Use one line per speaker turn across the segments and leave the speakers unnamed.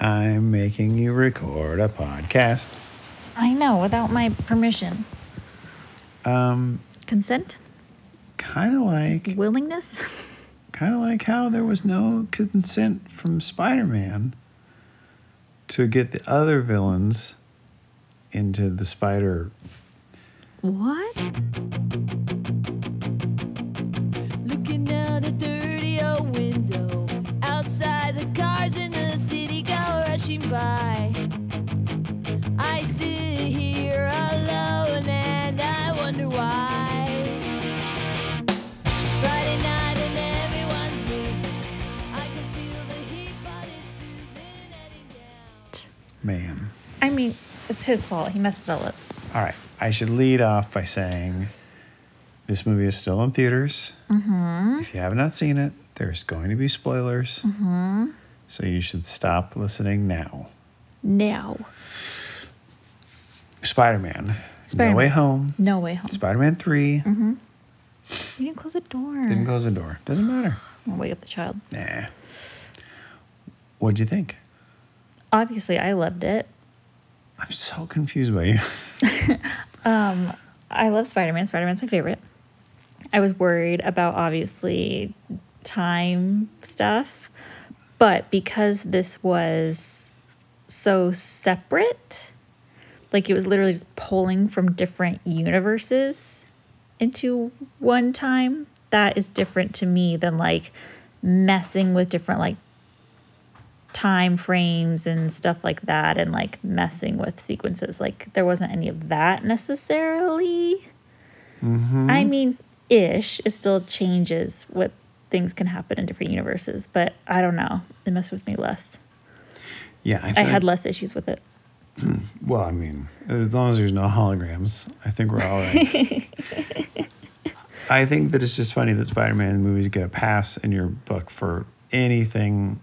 I'm making you record a podcast.
I know, without my permission.
Um,
Consent?
kind of like,
Willingness?
kind of like how there was no consent from Spider-Man to get the other villains into the spider.
What?
Looking out a dirty old window. Outside, the cars in the city go rushing by. I sit here alone and I wonder why. Friday night and everyone's moving. I can feel the heat, but it's soothing heading down.
Man.
I mean, it's his fault. He messed it all up.
All right. I should lead off by saying this movie is still in theaters. Mm-hmm. If you have not seen it, there's going to be spoilers. Mm-hmm. So you should stop listening now.
Now.
Spider Man. No
Spider-Man.
Way Home.
No way home.
Spider Man 3.
You didn't close the door.
Didn't close the door. Hmm. Doesn't matter.
I'll wake up the child.
Nah. What'd you think?
Obviously, I loved it.
I'm so confused by you.
I love Spider Man. Spider Man's my favorite. I was worried about obviously time stuff, but because this was so separate, like it was literally just pulling from different universes into one time, that is different to me than like messing with different like time frames and stuff like that and like messing with sequences like there wasn't any of that necessarily
Mm-hmm.
i mean ish it still changes what things can happen in different universes but i don't know it messed with me less
Yeah, I, think,
i had less issues with it
Well, I mean, as long as there's no holograms, I think we're all right. I think that it's just funny that Spider-Man movies get a pass in your book for anything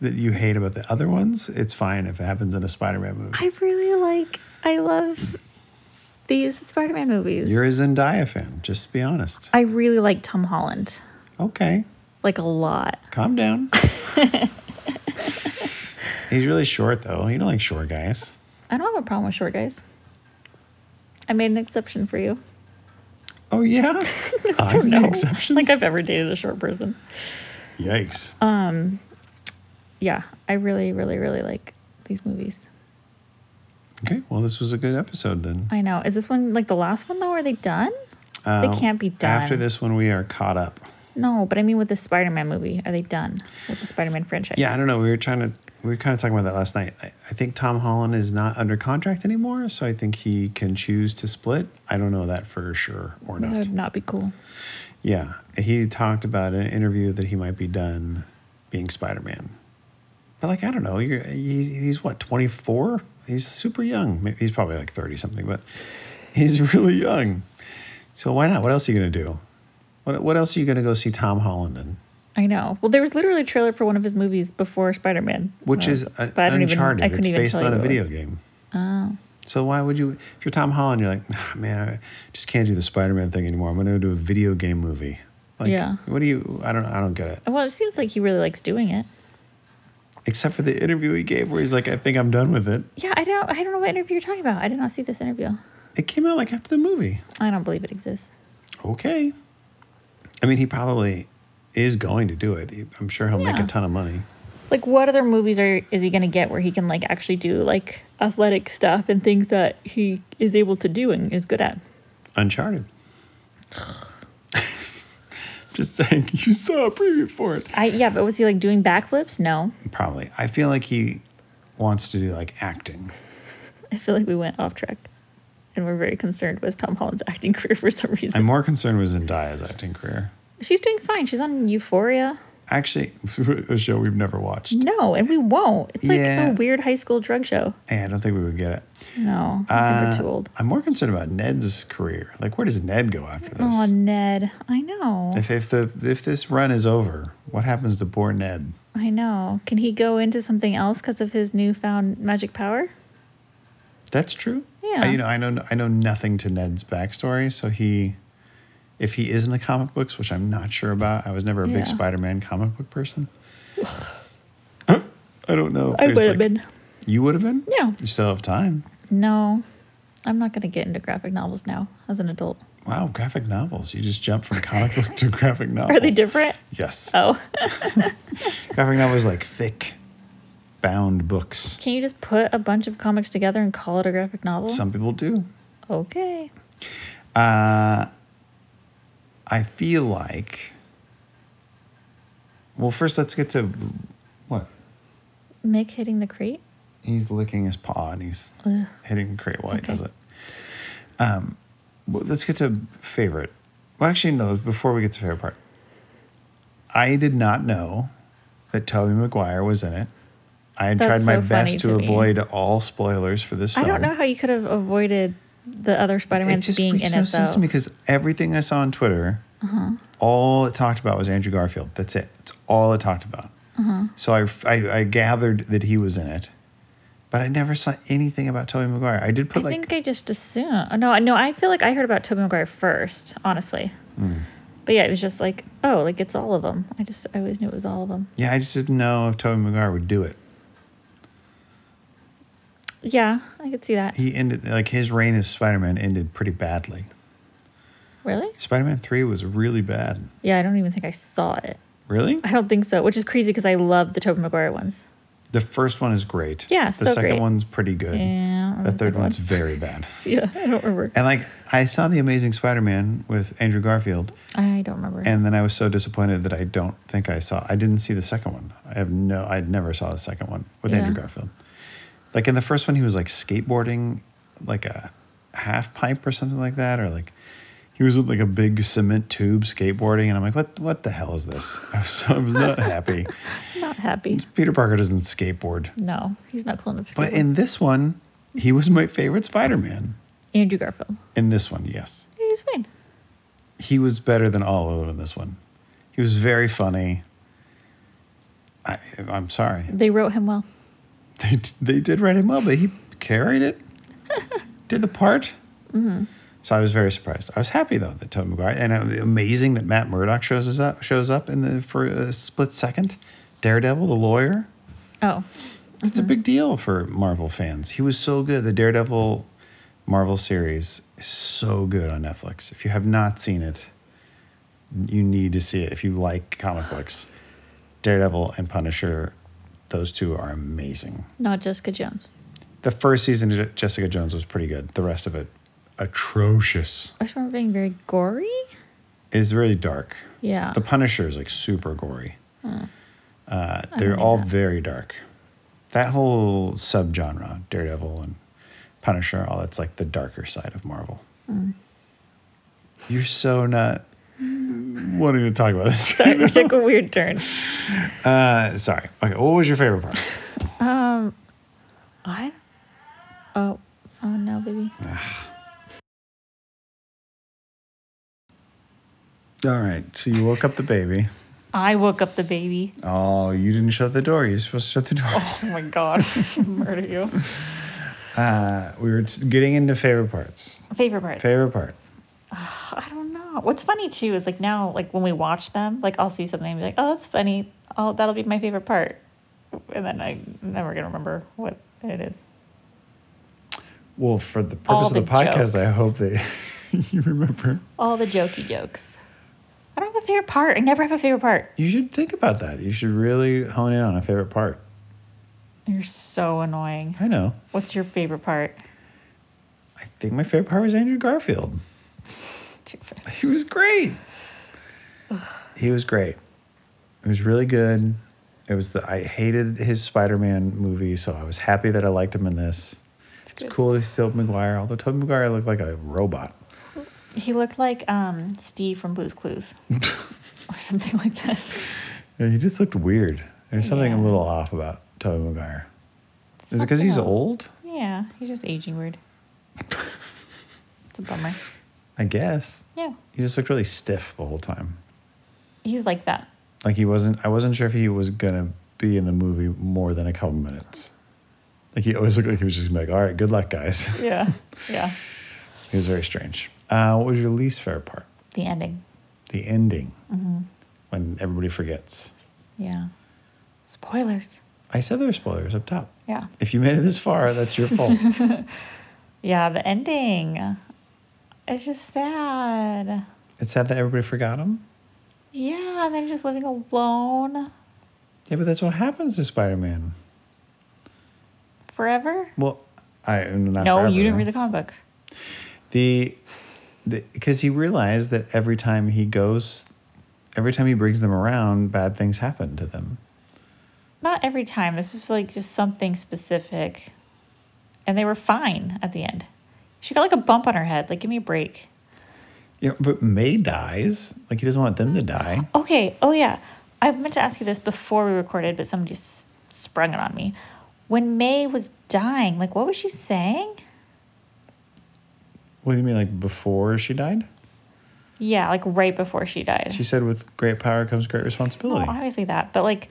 that you hate about the other ones. It's fine if it happens in a Spider-Man movie.
i really like i love these spider-man movies
You're a Zendaya fan. Just be honest.
i really like tom holland
Okay,
like a lot
calm down. He's really short, though. You don't like short guys.
i don't have a problem with short guys i made an exception for you
Oh yeah, I'm the exception.
like I've ever dated a short person.
Yikes.
Uh, Yeah, I really, really, really like these movies.
okay, well, this was a good episode then.
I know. Is this one like the last one though? Are they done?
Uh,
can't be done.
After this one, we are caught up.
No, but I mean with the Spider-Man movie, are they done with the Spider-Man franchise?
Yeah, I don't know. We were trying to, we were kind of talking about that last night. I, I think Tom Holland is not under contract anymore, so I think he can choose to split. I don't know that for sure or
That
not.
would not be cool.
Yeah, he talked about in an interview that he might be done being Spider Man. But like, I don't know. You're, he's, he's what, 24? He's super young. Maybe he's probably like 30 something, but he's really young. So why not? What else are you going to do? What, what else are you going to go see Tom Holland in?
I know. Well, there was literally a trailer for one of his movies before Spider-Man,
which
Uh,
is uh,
but I don't even-
Uncharted.
I couldn't
it's
even
based
tell
on
you
a
what it
video
was.
game. Oh. So why would you? If you're Tom Holland, you're like, "Ah, man, I just can't do the Spider-Man thing anymore. I'm going to do a video game movie. Like,
Yeah.
What do you? I don't. I don't get it.
Well, it seems like he really likes doing it.
Except for the interview he gave, where he's like, I think I'm done with it.
Yeah, I don't. I don't know what interview you're talking about. I did not see this interview.
It came out like after the movie.
I don't believe it exists.
Okay. I mean, he probably is going to do it. He- I'm sure he'll make
Yeah.
a ton of money.
like what other movies are is he gonna get where he can like actually do like athletic stuff and things that he is able to do and is good at
Uncharted. just saying, you saw a preview for it.
i yeah but was he like doing backflips no
Probably. I feel like he wants to do like acting.
i feel like we went off track and we're very concerned with tom holland's acting career for some reason
I'm more concerned with Zendaya's acting career.
she's doing fine she's on euphoria
Actually, a show we've never watched.
no and we won't it's like
Yeah.
a weird high school drug show
Hey, I don't think we would get it.
no I think
Uh,
we're too old
I'm more concerned about Ned's career. Like, where does Ned go after this?
oh ned i know
If, if the if this run is over, what happens to poor Ned?
i know can he go into something else because of his newfound magic power
That's true.
Yeah.
I, you know, I know I know nothing to Ned's backstory, so he if he is in the comic books, which I'm not sure about, I was never a
Yeah.
big Spider-Man comic book person. I don't know. if
I
there's,
would have
like-
been.
You would have been?
Yeah.
You still have time.
No, I'm not going to get into graphic novels now as an adult.
Wow, graphic novels. You just jump from comic book to graphic novel.
Are they different?
Yes.
Oh,
Graphic novels like thick, bound books.
can you just put a bunch of comics together and call it a graphic novel?
Some people do.
okay.
I feel like. Well, first, let's get to what?
Mick hitting the crate?
He's licking his paw and he's hitting the crate while
Okay.
he does it. Um, well, let's get to favorite. Well, actually, no. Before we get to favorite part, I did not know that Toby Maguire was in it. I had
That's
tried my
so funny
best
to
to
me.
avoid all spoilers for this
I
film.
don't know how you could have avoided the other Spider-Man
It just
being
makes
in
no
it,
sense to me
though. Uh-huh.
because everything I saw on Twitter, all it talked about was Andrew Garfield. That's it. That's all it talked about.
Uh-huh.
So I, I, I gathered that he was in it, but I never saw anything about Tobey Maguire. I did
I
put like
think I just assumed. No, I- no, I feel like I heard about Tobey Maguire first, honestly.
Hmm.
But yeah, it was just like, oh, like it's all of them. I just, I always knew it was all of them.
yeah, I just didn't know if Tobey Maguire would do it.
Yeah, I could see that.
He ended like his reign as Spider Man ended pretty badly.
Really?
Spider Man Three was really bad.
Yeah, I don't even think I saw it.
Really,
I don't think so, which is crazy because I love the Tobey Maguire ones.
the first one is great.
Yeah,
the
so
second
great.
one's pretty good.
Yeah, I don't
the
know
third
second
one's
one.
very bad.
Yeah, I don't remember.
And like I saw the Amazing Spider Man with Andrew Garfield.
I don't remember.
and then I was so disappointed that I don't think I saw. I didn't see the second one. I have no. I never saw the second one with Andrew
Yeah.
Garfield. Like in the first one, he was like skateboarding, like a half pipe or something like that, or like he was with like a big cement tube skateboarding, and I'm like, what? What the hell is this? I was, so, I was not happy.
not happy.
Peter Parker doesn't skateboard,
No, he's not cool enough. to
but
skateboard.
in this one, he was my favorite Spider-Man.
Andrew Garfield,
In this one, yes.
he's fine.
he was better than all of them in this one. He was very funny. I, I'm sorry.
They wrote him well.
They, they did write him well, but he carried it, did the part. So I was very surprised. I was happy though that Tobey Maguire and it was amazing that Matt Murdock shows us up shows up in the for a split second. Daredevil, the lawyer.
Oh,
It's a big deal for Marvel fans. He was so good. The Daredevil Marvel series is so good on Netflix. If you have not seen it, you need to see it. If you like comic books, Daredevil and Punisher, those two are amazing.
not Jessica Jones.
The first season of Je- Jessica Jones was pretty good. The rest of it, atrocious.
I just remember being very gory.
It's really dark.
Yeah.
The Punisher is like super gory.
Hmm.
Uh, they're all very dark. That whole subgenre, Daredevil and Punisher, all that's like the darker side of Marvel.
Hmm.
You're so not
Hmm.
wanting to talk about this.
Sorry, we took a weird turn.
Uh, sorry. Okay, what was your favorite part?
Um, I. Oh, oh no, baby.
All right, so you woke up the baby.
I woke up the baby.
Oh, you didn't shut the door. You're supposed to shut the door.
Oh my god, murder you.
Uh, we were t- getting into favorite parts.
Favorite parts.
Favorite part.
I don't know. What's funny too is like now, like when we watch them, like I'll see something and be like, "Oh, that's funny. Oh, that'll be my favorite part," and then I'm never gonna remember what it is.
Well, for the
All
purpose
the
of the podcast, I
jokes.
hope that you remember.
All the jokey jokes. I don't have a favorite part. I never have a favorite part.
You should think about that. You should really hone in on a favorite part.
You're so annoying.
I know.
What's your favorite part?
I think my favorite part was Andrew Garfield.
Stupid.
He was great. he was great. It was really good. It was the I hated his Spider-Man movie, so I was happy that I liked him in this. It's
good.
cool to see Tobey Maguire, although Tobey Maguire looked like a robot.
He looked like um, Steve from Blue's Clues, or something like that.
Yeah, he just looked weird. There's something a
Yeah.
little off about Tobey Maguire. Is it because he's
Something-
old?
Yeah, he's just aging weird. It's a bummer.
I guess.
Yeah,
He just looked really stiff the whole time.
he's like that.
Like he wasn't. I wasn't sure if he was gonna be in the movie more than a couple minutes. Like he always looked like he was just gonna be like, "All right, good luck, guys."
Yeah, yeah.
he was very strange. Uh, what was your least favorite part?
The ending.
The
Mm-hmm.
ending, when everybody forgets.
Yeah. Spoilers.
I said there were spoilers up top.
Yeah.
If you made it this far, that's your fault.
Yeah, the ending. It's just sad.
it's sad that everybody forgot them.
Yeah, and then just living alone
Yeah, but that's what happens to Spider Man.
forever.
Well, I not
no,
forever,
you didn't
no.
read the comic books.
the because he realized that every time he goes every time he brings them around bad things happen to them
Not every time. This was like just something specific. And they were fine at the end. She got like a bump on her head. Like, give me a break.
yeah but may dies like he doesn't want them to die
Okay. Oh, yeah. I meant to ask you this before we recorded, but somebody s- sprung it on me. When May was dying, like, what was she saying?
what do you mean like before she died
Yeah, like right before she died.
she said with great power comes great
Well,
responsibility
obviously that, but like,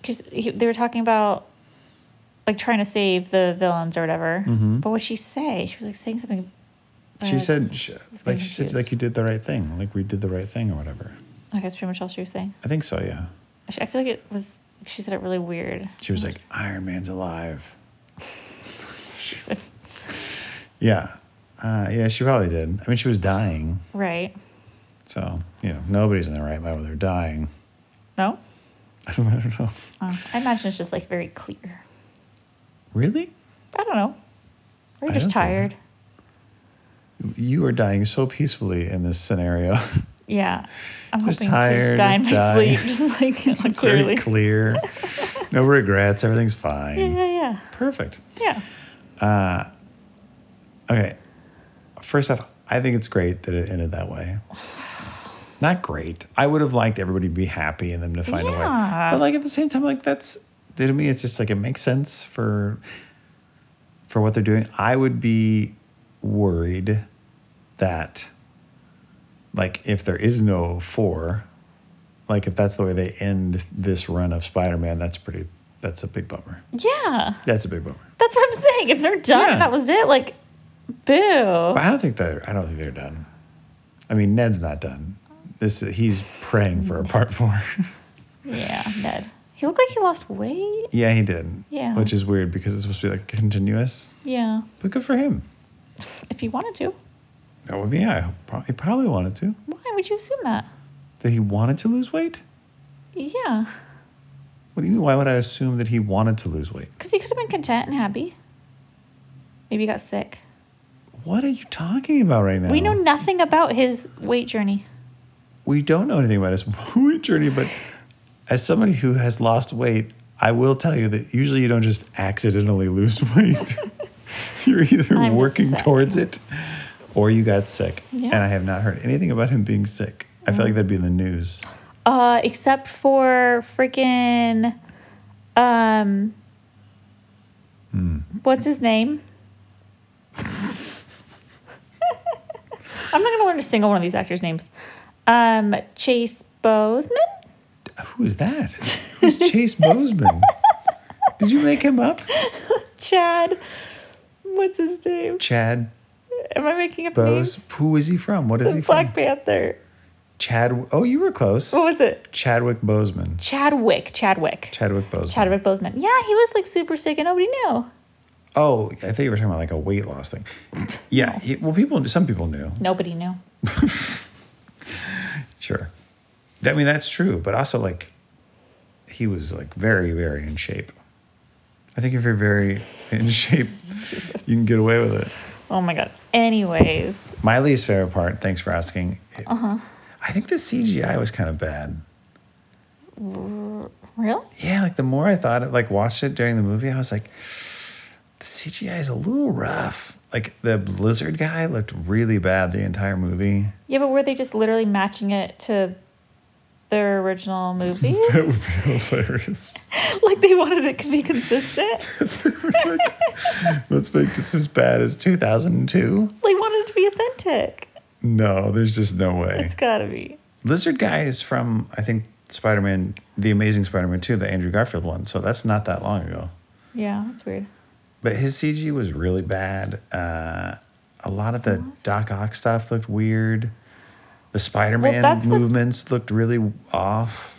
because they were talking about like trying to save the villains or whatever. But what she say? She was like saying something.
Mm-hmm. she
uh,
said sh
getting
like she said
confused.
like you did the right thing like we did the right thing or whatever
I guess pretty much all she was saying.
i think so yeah
She- I feel like it was. She said it really weird.
she was like iron man's alive yeah uh, yeah she probably did i mean she was dying
Right?
So, you know, nobody's in their right mind when they're dying.
No.
I don't, I don't know.
Oh, I imagine it's just like very clear.
Really?
I don't know. Or
I
you're just
don't think-
tired.
You are dying so peacefully in this scenario.
Yeah. I'm
Just
hoping to
tired,
just die in my
just die.
sleep. Just like
it's
clearly.
very clear. no regrets. Everything's fine.
Yeah, yeah,
Perfect.
yeah.
Okay. First off, I think it's great that it ended that way. Not great. I would have liked everybody to be happy and them to find a way.
Yeah.
But like at the same time, like that's to me, it's just like it makes sense for for what they're doing. I would be worried that like if there is no four, like if that's the way they end this run of Spider-Man, that's pretty. That's a big bummer.
Yeah.
That's a big bummer.
That's what I'm saying. If they're done,
Yeah.
that was it. Like, boo.
But I don't think they're. I don't think they're done. I mean, Ned's not done. This he's praying for a part four.
Yeah, Ned. He looked like he lost weight.
yeah, he did.
Yeah.
Which is weird because it's supposed to be like continuous.
Yeah,
But good for him.
if he wanted to.
That would be. Yeah, he probably wanted to.
Why would you assume that?
That he wanted to lose weight.
Yeah,
What do you mean? Why would I assume that he wanted to lose weight?
because he could have been content and happy. Maybe he got sick.
What are you talking about right now?
We know nothing about his weight journey.
we don't know anything about his weight journey, but as somebody who has lost weight, I will tell you that usually you don't just accidentally lose weight. You're either
I'm just
working
saying.
towards it or you got sick.
Yeah.
And I have not heard anything about him being sick. I feel like that'd be in the news.
Uh, except for freaking, um, what's his name? I'm not gonna learn a single one of these actors' names. Um, Chase Bozeman.
Who is that? Who's Chase Bozeman? Did you make him up?
Chad. What's his name?
Chad
Am I making up
Bose. Who is he from? What is he
names? Black
from?
Panther.
Chad. Oh, you were close.
What was it?
Chadwick Bozeman.
Chadwick. Chadwick.
Chadwick Boseman.
Chadwick Boseman. Yeah, he was like super sick and nobody knew.
Oh, I thought you were talking about like a weight loss thing. Yeah. he- well, people, some people knew.
Nobody knew.
Sure. I mean, that's true. But also, like, he was like very, very in shape. I think if you're very in shape, you can get away with it.
Oh my god. Anyways,
My least favorite part, thanks for asking. uh-huh. I think the CGI was kind of bad.
really?
Yeah, like the more I thought it, like watched it during the movie, I was like, the CGI is a little rough. Like the lizard guy looked really bad the entire movie.
Yeah, but were they just literally matching it to their original movies?
That would be hilarious.
like they wanted it to be consistent?
Let's make this as bad as 2002.
they wanted it to be authentic.
No, there's just no way.
It's gotta be.
Lizard Guy is from, I think, Spider Man, The Amazing Spider Man 2, the Andrew Garfield one. So that's not that long ago.
Yeah, that's weird.
But his CG was really bad. Uh, a lot of the Doc Ock stuff looked weird. The Spider Man
that's what's-
movements looked really off.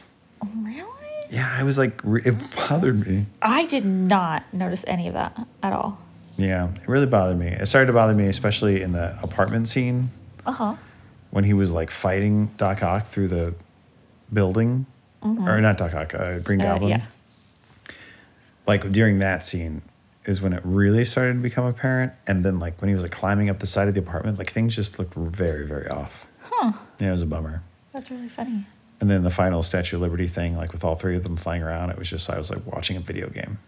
Really?
yeah, I was like, re- it bothered me.
I did not notice any of that at all.
Yeah, it really bothered me. It started to bother me, especially in the apartment scene
Uh
Uh-huh.
huh.
when he was like fighting Doc Ock through the building, or not Doc Ock, uh, Green
Mm-hmm. Uh,
Goblin.
yeah.
Like during that scene is when it really started to become apparent, and then like when he was like climbing up the side of the apartment, like things just looked very, very off.
Huh.
Yeah, it was a bummer.
That's really funny.
And then the final Statue of Liberty thing, like with all three of them flying around, it was just I was like watching a video game.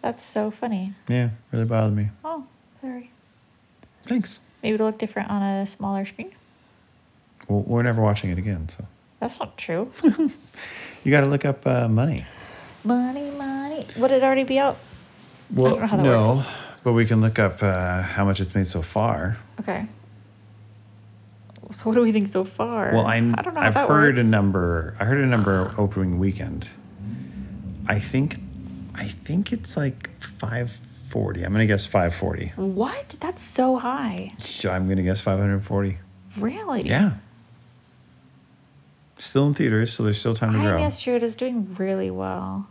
That's so funny.
Yeah, really bothered me.
Oh, sorry.
Thanks.
Maybe it'll look different on a smaller screen.
Well, we're never watching it again, so
That's not true.
you got to look up uh, money.
money, money. Would it already be out?
Well,
don't know how that
no,
works.
but we can look up uh, how much it's made so far.
Okay. So what do we think so far?
Well, I'm,
I don't know
I've
how that
heard a
works.
number. I heard a number opening weekend. I think, I think it's like five forty. I'm gonna guess five forty.
What? That's so high.
I'm gonna guess five hundred forty.
Really?
Yeah. Still in theaters, so there's still time to
I
grow.
guess true. It is doing really well.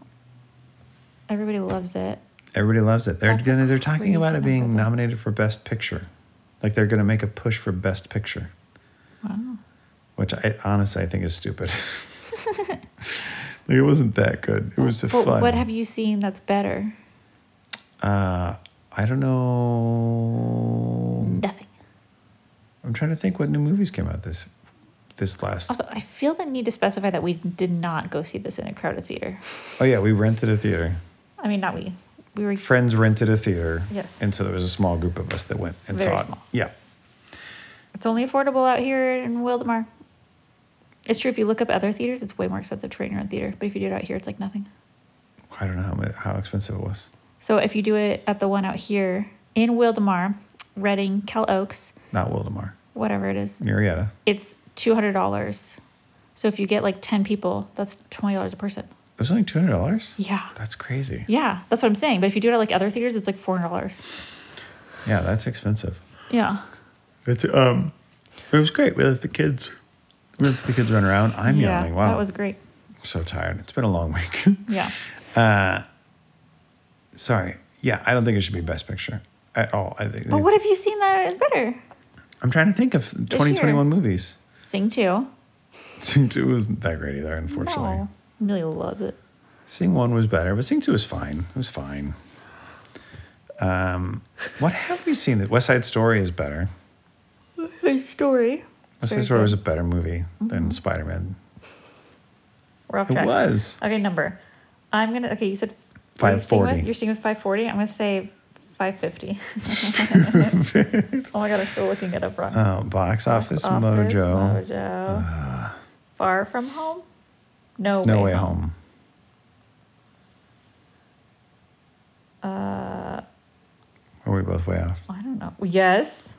Everybody loves it.
Everybody loves it. They're
That's a
gonna, they're talking
crazy
about it being
number.
nominated for Best Picture, like they're gonna make a push for Best Picture.
Wow.
which I honestly I think is stupid. like it wasn't that good. It was just
But
fun.
what have you seen that's better?
uh, I don't know.
Nothing.
I'm trying to think what new movies came out this this last.
Also, I feel the need to specify that we did not go see this in a crowded theater.
Oh yeah, we rented a theater.
I mean, not we. We were
Friends rented a theater.
Yes.
And so there was a small group of us that went and
Very
saw it.
small.
Yeah.
It's only affordable out here in Wildemar. It's true. If you look up other theaters, it's way more expensive to rent your own theater. But if you do it out here, it's like nothing.
I don't know how mu- how expensive it was.
So if you do it at the one out here in Wildemar, Reading, Cal Oaks,
Not Wildemar.
whatever it is,
Murrieta.
it's two hundred dollars. So if you get like ten people, that's twenty dollars a person.
It was only two hundred dollars.
Yeah.
That's crazy.
Yeah, that's what I'm saying. But if you do it at like other theaters, it's like four hundred dollars.
Yeah, that's expensive.
Yeah.
It's um, it was great. We let the kids, we let the kids run around. I'm
yeah.
yelling. Wow,
That was great.
so tired. It's been a long week.
Yeah.
Sorry. Yeah, I don't think it should be Best Picture at all. I think.
But
it's-
what have you seen that is better?
I'm trying to think of 2021 movies.
Sing two.
Sing Two wasn't that great either, unfortunately.
No. Amelia loves it.
Sing One was better, but Sing Two was fine. It was fine. Um, what have we seen? That West Side Story is better.
His story.
West Side Story
Very good. Mm-hmm.
was a better movie than Spider Man.
We're off
It
track.
was.
Okay, number. I'm gonna. Okay, you said what are you sticking with?
540.
You're sticking with 540. I'm gonna say 550. oh my god, I'm still looking it up wrong.
Uh, box Office,
Office,
Mojo. Uh.
Mojo. Far from home. No.
No
way,
Way Home. Uh, Are we both way off?
I don't know. Yes.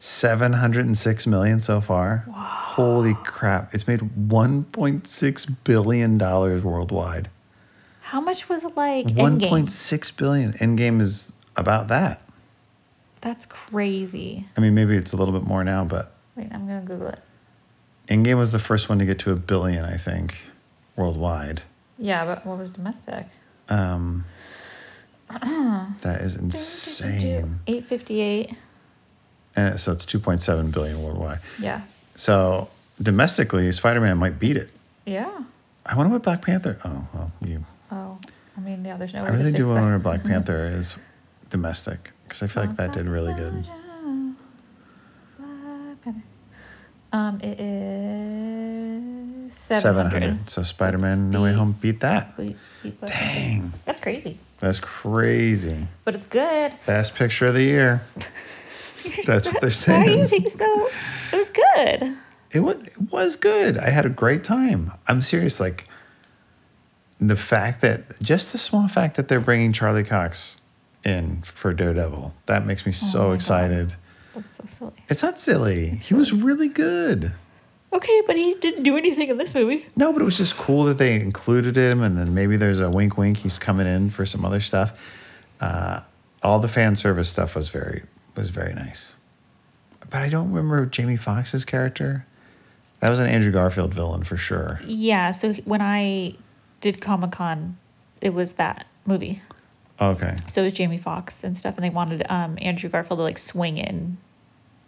706 million so far. Holy crap. It's made $1.6 billion worldwide.
How much was like Endgame?
1.6 billion. Endgame is about that.
That's crazy.
I mean, maybe it's a little bit more now, but
Wait, I'm gonna Google it.
Endgame was the first one to get to a billion, I think, worldwide.
Yeah, but what was domestic?
Um, that is insane.
858.
And so it's 2.7 billion worldwide.
Yeah.
So domestically, Spider Man might beat it.
Yeah.
I wonder what Black Panther. Oh, well, you
Oh, I mean, yeah. There's no.
I
way to
really
fix
do
that.
wonder Black Panther is domestic because I feel like that did really good.
Um, it is
700.
700.
So Spider Man No Way
beat-
Home beat that.
Wait, wait, what?
Dang.
That's crazy,
That's crazy.
but it's good.
Best picture of the year.
You're
That's
so-
what they're
Why do you
saying.
think so? It was good.
It was, it was good. I had a great time. I'm serious. Like, the fact that, just the small fact that they're bringing Charlie Cox in for Daredevil, that makes me so excited.
That's so silly.
It's not silly. He was really good.
Okay, but he didn't do anything in this movie.
No, but it was just cool that they included him, and then maybe there's a wink, wink. He's coming in for some other stuff. Uh, all the fan service stuff was very was very nice, but I don't remember Jamie Foxx's character. That was an Andrew Garfield villain for sure.
Yeah. So he- when I did Comic Con, it was that movie.
Okay.
So it was Jamie Foxx and stuff, and they wanted um, Andrew Garfield to like swing in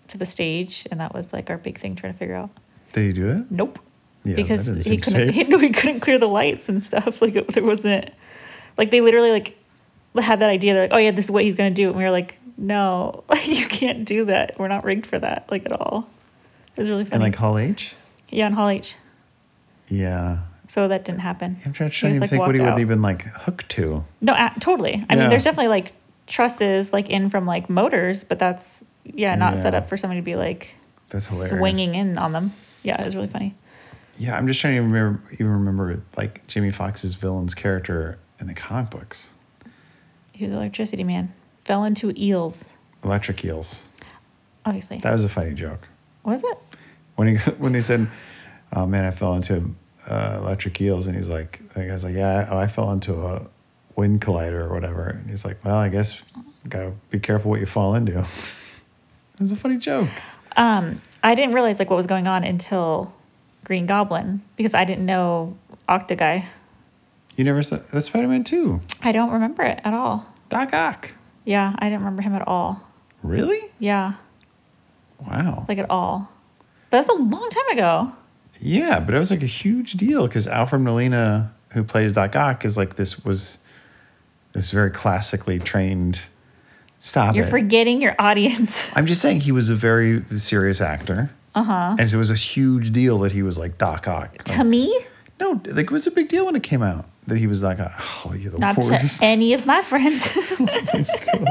to the stage, and that was like our big thing trying to figure out.
They do it?
Nope.
Yeah, that
because
doesn't
he
seem
couldn't,
safe.
he couldn't clear the lights and stuff. Like it, there wasn't, like they literally like had that idea. They're like, oh yeah, this is what he's gonna do, and we were like, no, like you can't do that. We're not rigged for that, like at all. It was really funny.
And like Hall H?
yeah, on Hall H.
Yeah.
So that didn't happen.
I'm trying,
He
trying
was,
to
like,
think what he
walked
would
out.
even like hook to.
No, a totally. I
Yeah.
mean, there's definitely like trusses like in from like motors, but that's yeah, not set
Yeah.
up for somebody to be like
That's hilarious.
swinging in on them. Yeah, it was really funny.
Yeah, I'm just trying to remember, even remember like Jamie Foxx's villain's character in the comic books,
He was electricity man. Fell into eels,
Electric Eels.
obviously.
That was a funny joke.
was it?
When he when he said, "Oh man, I fell into uh, Electric Eels," and he's like, "The guy's like, yeah, I, I fell into a wind collider or whatever," and he's like, "Well, I guess gotta be careful what you fall into." it was a funny joke.
Um, I didn't realize like what was going on until Green Goblin because I didn't know Octoguy.
You never saw that's Spider Man Two.
I don't remember it at all.
Doc Ock.
Yeah, I didn't remember him at all.
Really?
Yeah,
Wow.
like at all. But that was a long time ago.
Yeah, but it was like a huge deal because Alfred Molina, who plays Doc Ock, is like this was this very classically trained. Stop
You're
it!
forgetting your audience.
I'm just saying he was a very serious actor,
Uh huh.
and so it was a huge deal that he was like Doc Ock.
To me,
no, like it was a big deal when it came out that he was Doc Ock. Oh, you're the
not
worst.
to any of my friends.
Oh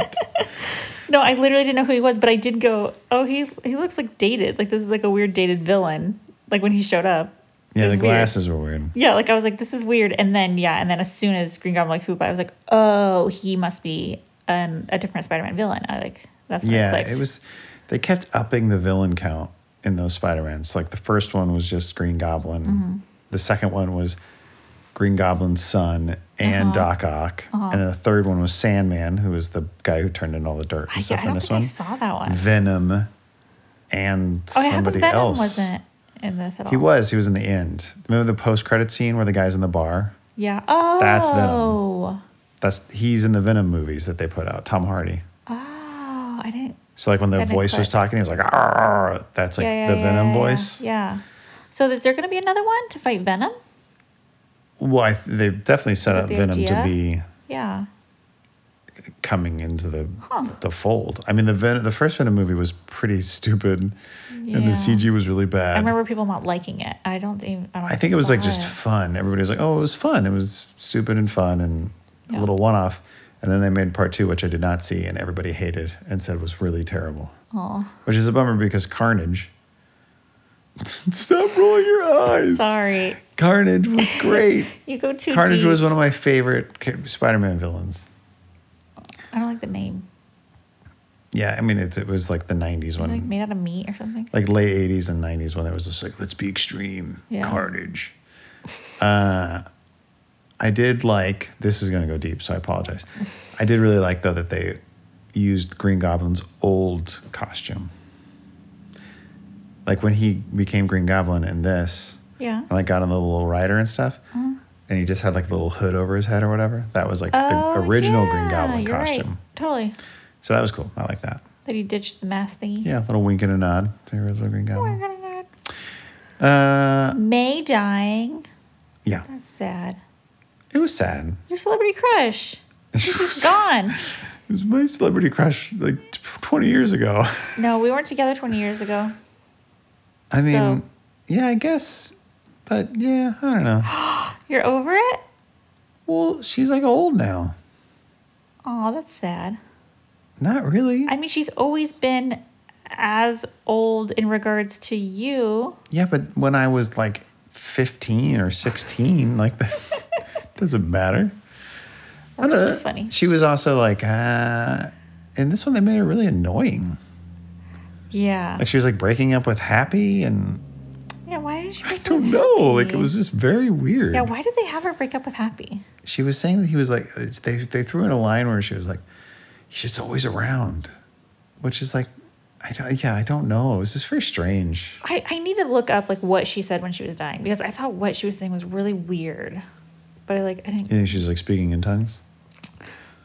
no, I literally didn't know who he was, but I did go, oh, he he looks like dated. Like this is like a weird dated villain. Like when he showed up. it
yeah,
was
the
weird.
glasses were weird.
Yeah, like I was like, this is weird. And then yeah, and then as soon as Green Goblin like who I was like, oh, he must be an, a different Spider-Man villain. I like that's when
Yeah,
clicked.
it was. They kept upping the villain count in those Spider Mans. Like the first one was just Green Goblin.
Mm-hmm.
The second one was Green Goblin's son
Uh-huh.
and Doc Ock, and then the third one was Sandman, who was the guy who turned in all the dirt and
I,
stuff
I
in
don't
this
think
one.
I saw that one.
Venom, and
Oh, yeah, how come
somebody
Venom
else.
wasn't in this at all?
He was. He was in the end. Remember the post credit scene where the guy's in the bar?
Yeah. Oh.
Venom.
Oh,
That's he's in the Venom movies that they put out. Tom Hardy.
I didn't.
So like when the
That makes
voice was
sense.
talking, he was like, "Arr," that's like
yeah, yeah,
the
yeah,
Venom
yeah, yeah.
voice.
Yeah. So is there going to be another one to fight Venom?
Well, I, they've definitely set up
the
Venom to
idea?
be
Yeah.
coming into the
Huh.
the fold. I mean, the Ven- the first Venom movie was pretty stupid, and
Yeah.
the CG was really
I
bad.
remember people not liking it. I don't think. I, don't
I think it was
saw
like just fun. Everybody was like, "Oh, it was fun. It was stupid and fun and
Yeah.
a little one off." And then they made part two, which I did not see, and everybody hated and said was really terrible,
Oh,
which is a bummer because Carnage. Stop rolling your eyes.
sorry.
Carnage was great.
You go too
Carnage
deep.
was one of my favorite ca- Spider-Man villains.
I don't like the name.
Yeah, I mean, it's, it was like the 90s
Like
one,
made out of meat or something.
like late 80s and 90s when it was just like, let's be extreme,
Yeah.
carnage. Uh, I did like, this is going to go deep, so I apologize. I did really like, though, that they used Green Goblin's old costume. Like when he became Green Goblin in this,
Yeah.
and like got on the little rider and stuff,
Mm.
and he just had like a little hood over his head or whatever. That was like the
Oh,
original Green
yeah,
Goblin
you're right.
costume.
Totally.
So that was cool. I like that.
That he ditched the mask thingy.
Yeah, a little wink and a nod to your little green
Oh, we're
goblin.
gonna not-
Uh,
May dying.
yeah,
That's sad.
it was sad.
Your celebrity crush. She's just gone.
It was my celebrity crush like t- 20 years ago.
No, we weren't together 20 years ago.
I mean,
So-
yeah, I guess, but yeah, I don't know.
You're over it?
Well, she's like old now.
Oh, that's sad.
Not really.
I mean, she's always been as old in regards to you.
yeah, but when I was like 15 or 16, like that doesn't matter. I don't
really
know.
funny.
She was also like, uh, in this one, they made her really annoying.
Yeah.
Like she was like breaking up with Happy and
yeah. Why did she?
I
break up
don't
with
know. Like it
Happy?
was just very weird.
Yeah. Why did they have her break up with Happy?
She was saying that he was like it's- they they threw in a line where she was like, he's just always around, which is like, I don't, yeah I don't know. This is very strange.
I I need to look up like what she said when she was dying because I thought what she was saying was really weird. but I like I didn't.
You think she's like speaking in tongues?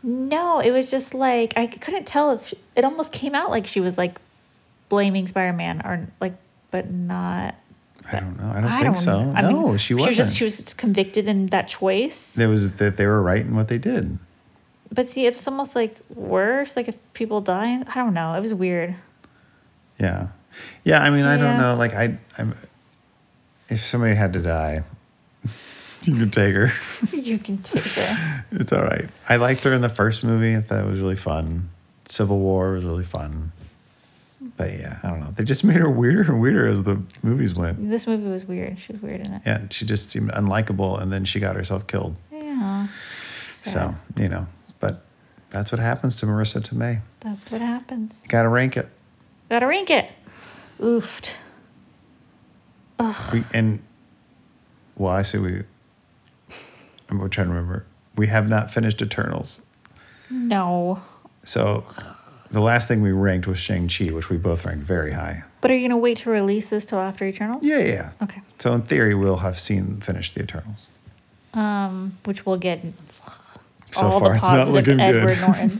No, it was just like I couldn't tell if she, it almost came out like she was like blaming Spider Man or like, but not.
I don't know. I don't think so.
I
no,
mean,
she wasn't.
was just she was just convicted in that choice.
There was that they were right in what they did.
But see, it's almost like worse. Like if people die, I don't know. It was weird.
Yeah, yeah. I mean, I don't
Yeah.
know. Like I, I'm, if somebody had to die, you could take her.
you can take her.
It's all right. I liked her in the first movie. I thought it was really fun. Civil War was really fun. But yeah, I don't know. They just made her weirder and weirder as the movies went.
This movie was weird. She was weird in it.
Yeah, she just seemed unlikable, and then she got herself killed.
Yeah.
So you know, but that's what happens to Marissa Tomei.
That's what happens.
Got to rank it.
Gotta rank it. Oofed.
We, and well, I say we. I'm trying to remember. We have not finished Eternals,
No.
so the last thing we ranked was Shang Chi, which we both ranked very high.
But are you gonna wait to release this till after Eternal?
Yeah, yeah.
Okay.
So in theory, we'll have seen finished the Eternals.
Um, which we'll get
So
all
far,
the
it's not
positive
looking good.
Edward Norton.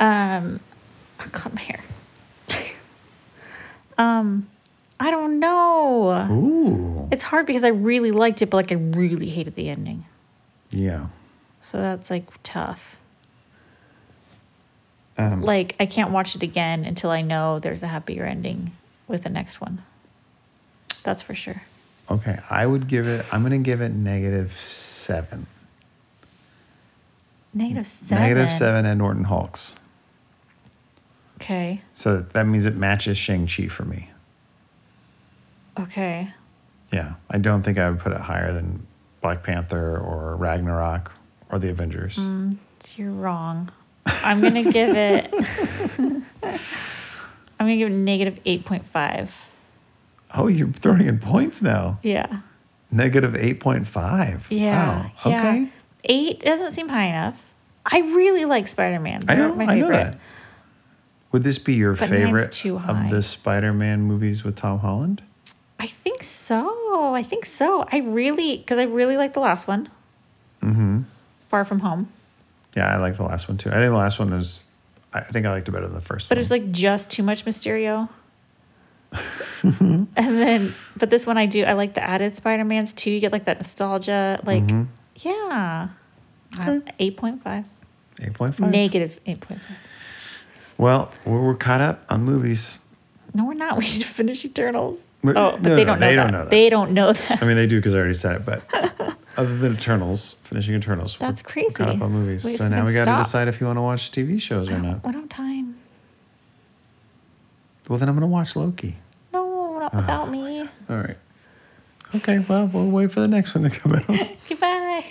um, I cut my hair. um, I don't know.
Ooh.
It's hard because I really liked it, but like I really hated the ending.
Yeah.
So that's like tough.
Um,
like I can't watch it again until I know there's a happier ending with the next one. That's for sure.
Okay. I would give it. I'm gonna give it negative seven.
Negative seven.
Negative seven and Norton Hulks.
Okay.
So that means it matches Shang Chi for me.
Okay.
Yeah, I don't think I would put it higher than Black Panther or Ragnarok or the Avengers.
Mm. You're wrong. I'm gonna give it. I'm gonna give it negative eight point five.
Oh, you're throwing in points now.
Yeah.
Negative 8.5. Wow.
Yeah. yeah.
Oh, Okay.
Eight doesn't seem high enough. I really like Spider Man.
I know. I know that. Would this be your
But mine's
favorite
too
of
high.
the Spider-Man movies with Tom Holland?
I think so. I think so. I really because I really like the last one. Mm-hmm.
Mm-hmm.
Far from home,
Yeah, I like the last one too. I think the last one is. I I think I liked it better than the first
but
one.
it's like just too much Mysterio. and then, but this one I do. I like the added Spider Mans too. You get like that nostalgia. Like,
Mm-hmm.
yeah, Uh, eight point five.
8.5.
Negative eight point five.
well, we're, we're caught up on movies.
No, we're not. We need to finish Eternals.
We're-
oh, but
no, no,
they don't know
they
that.
don't know that.
They don't know that.
I mean, they do because I already said it, but other than Eternals, finishing Eternals, we're-
That's
we're caught up
crazy.
on movies.
We just
so now we
haven't
got to
stopped.
decide if you want to watch TV shows or not.
We're not time.
Well, then I'm going to watch Loki.
No, not
Oh,
without me.
All right. Okay. Well, we'll wait for the next one to come out.
Goodbye.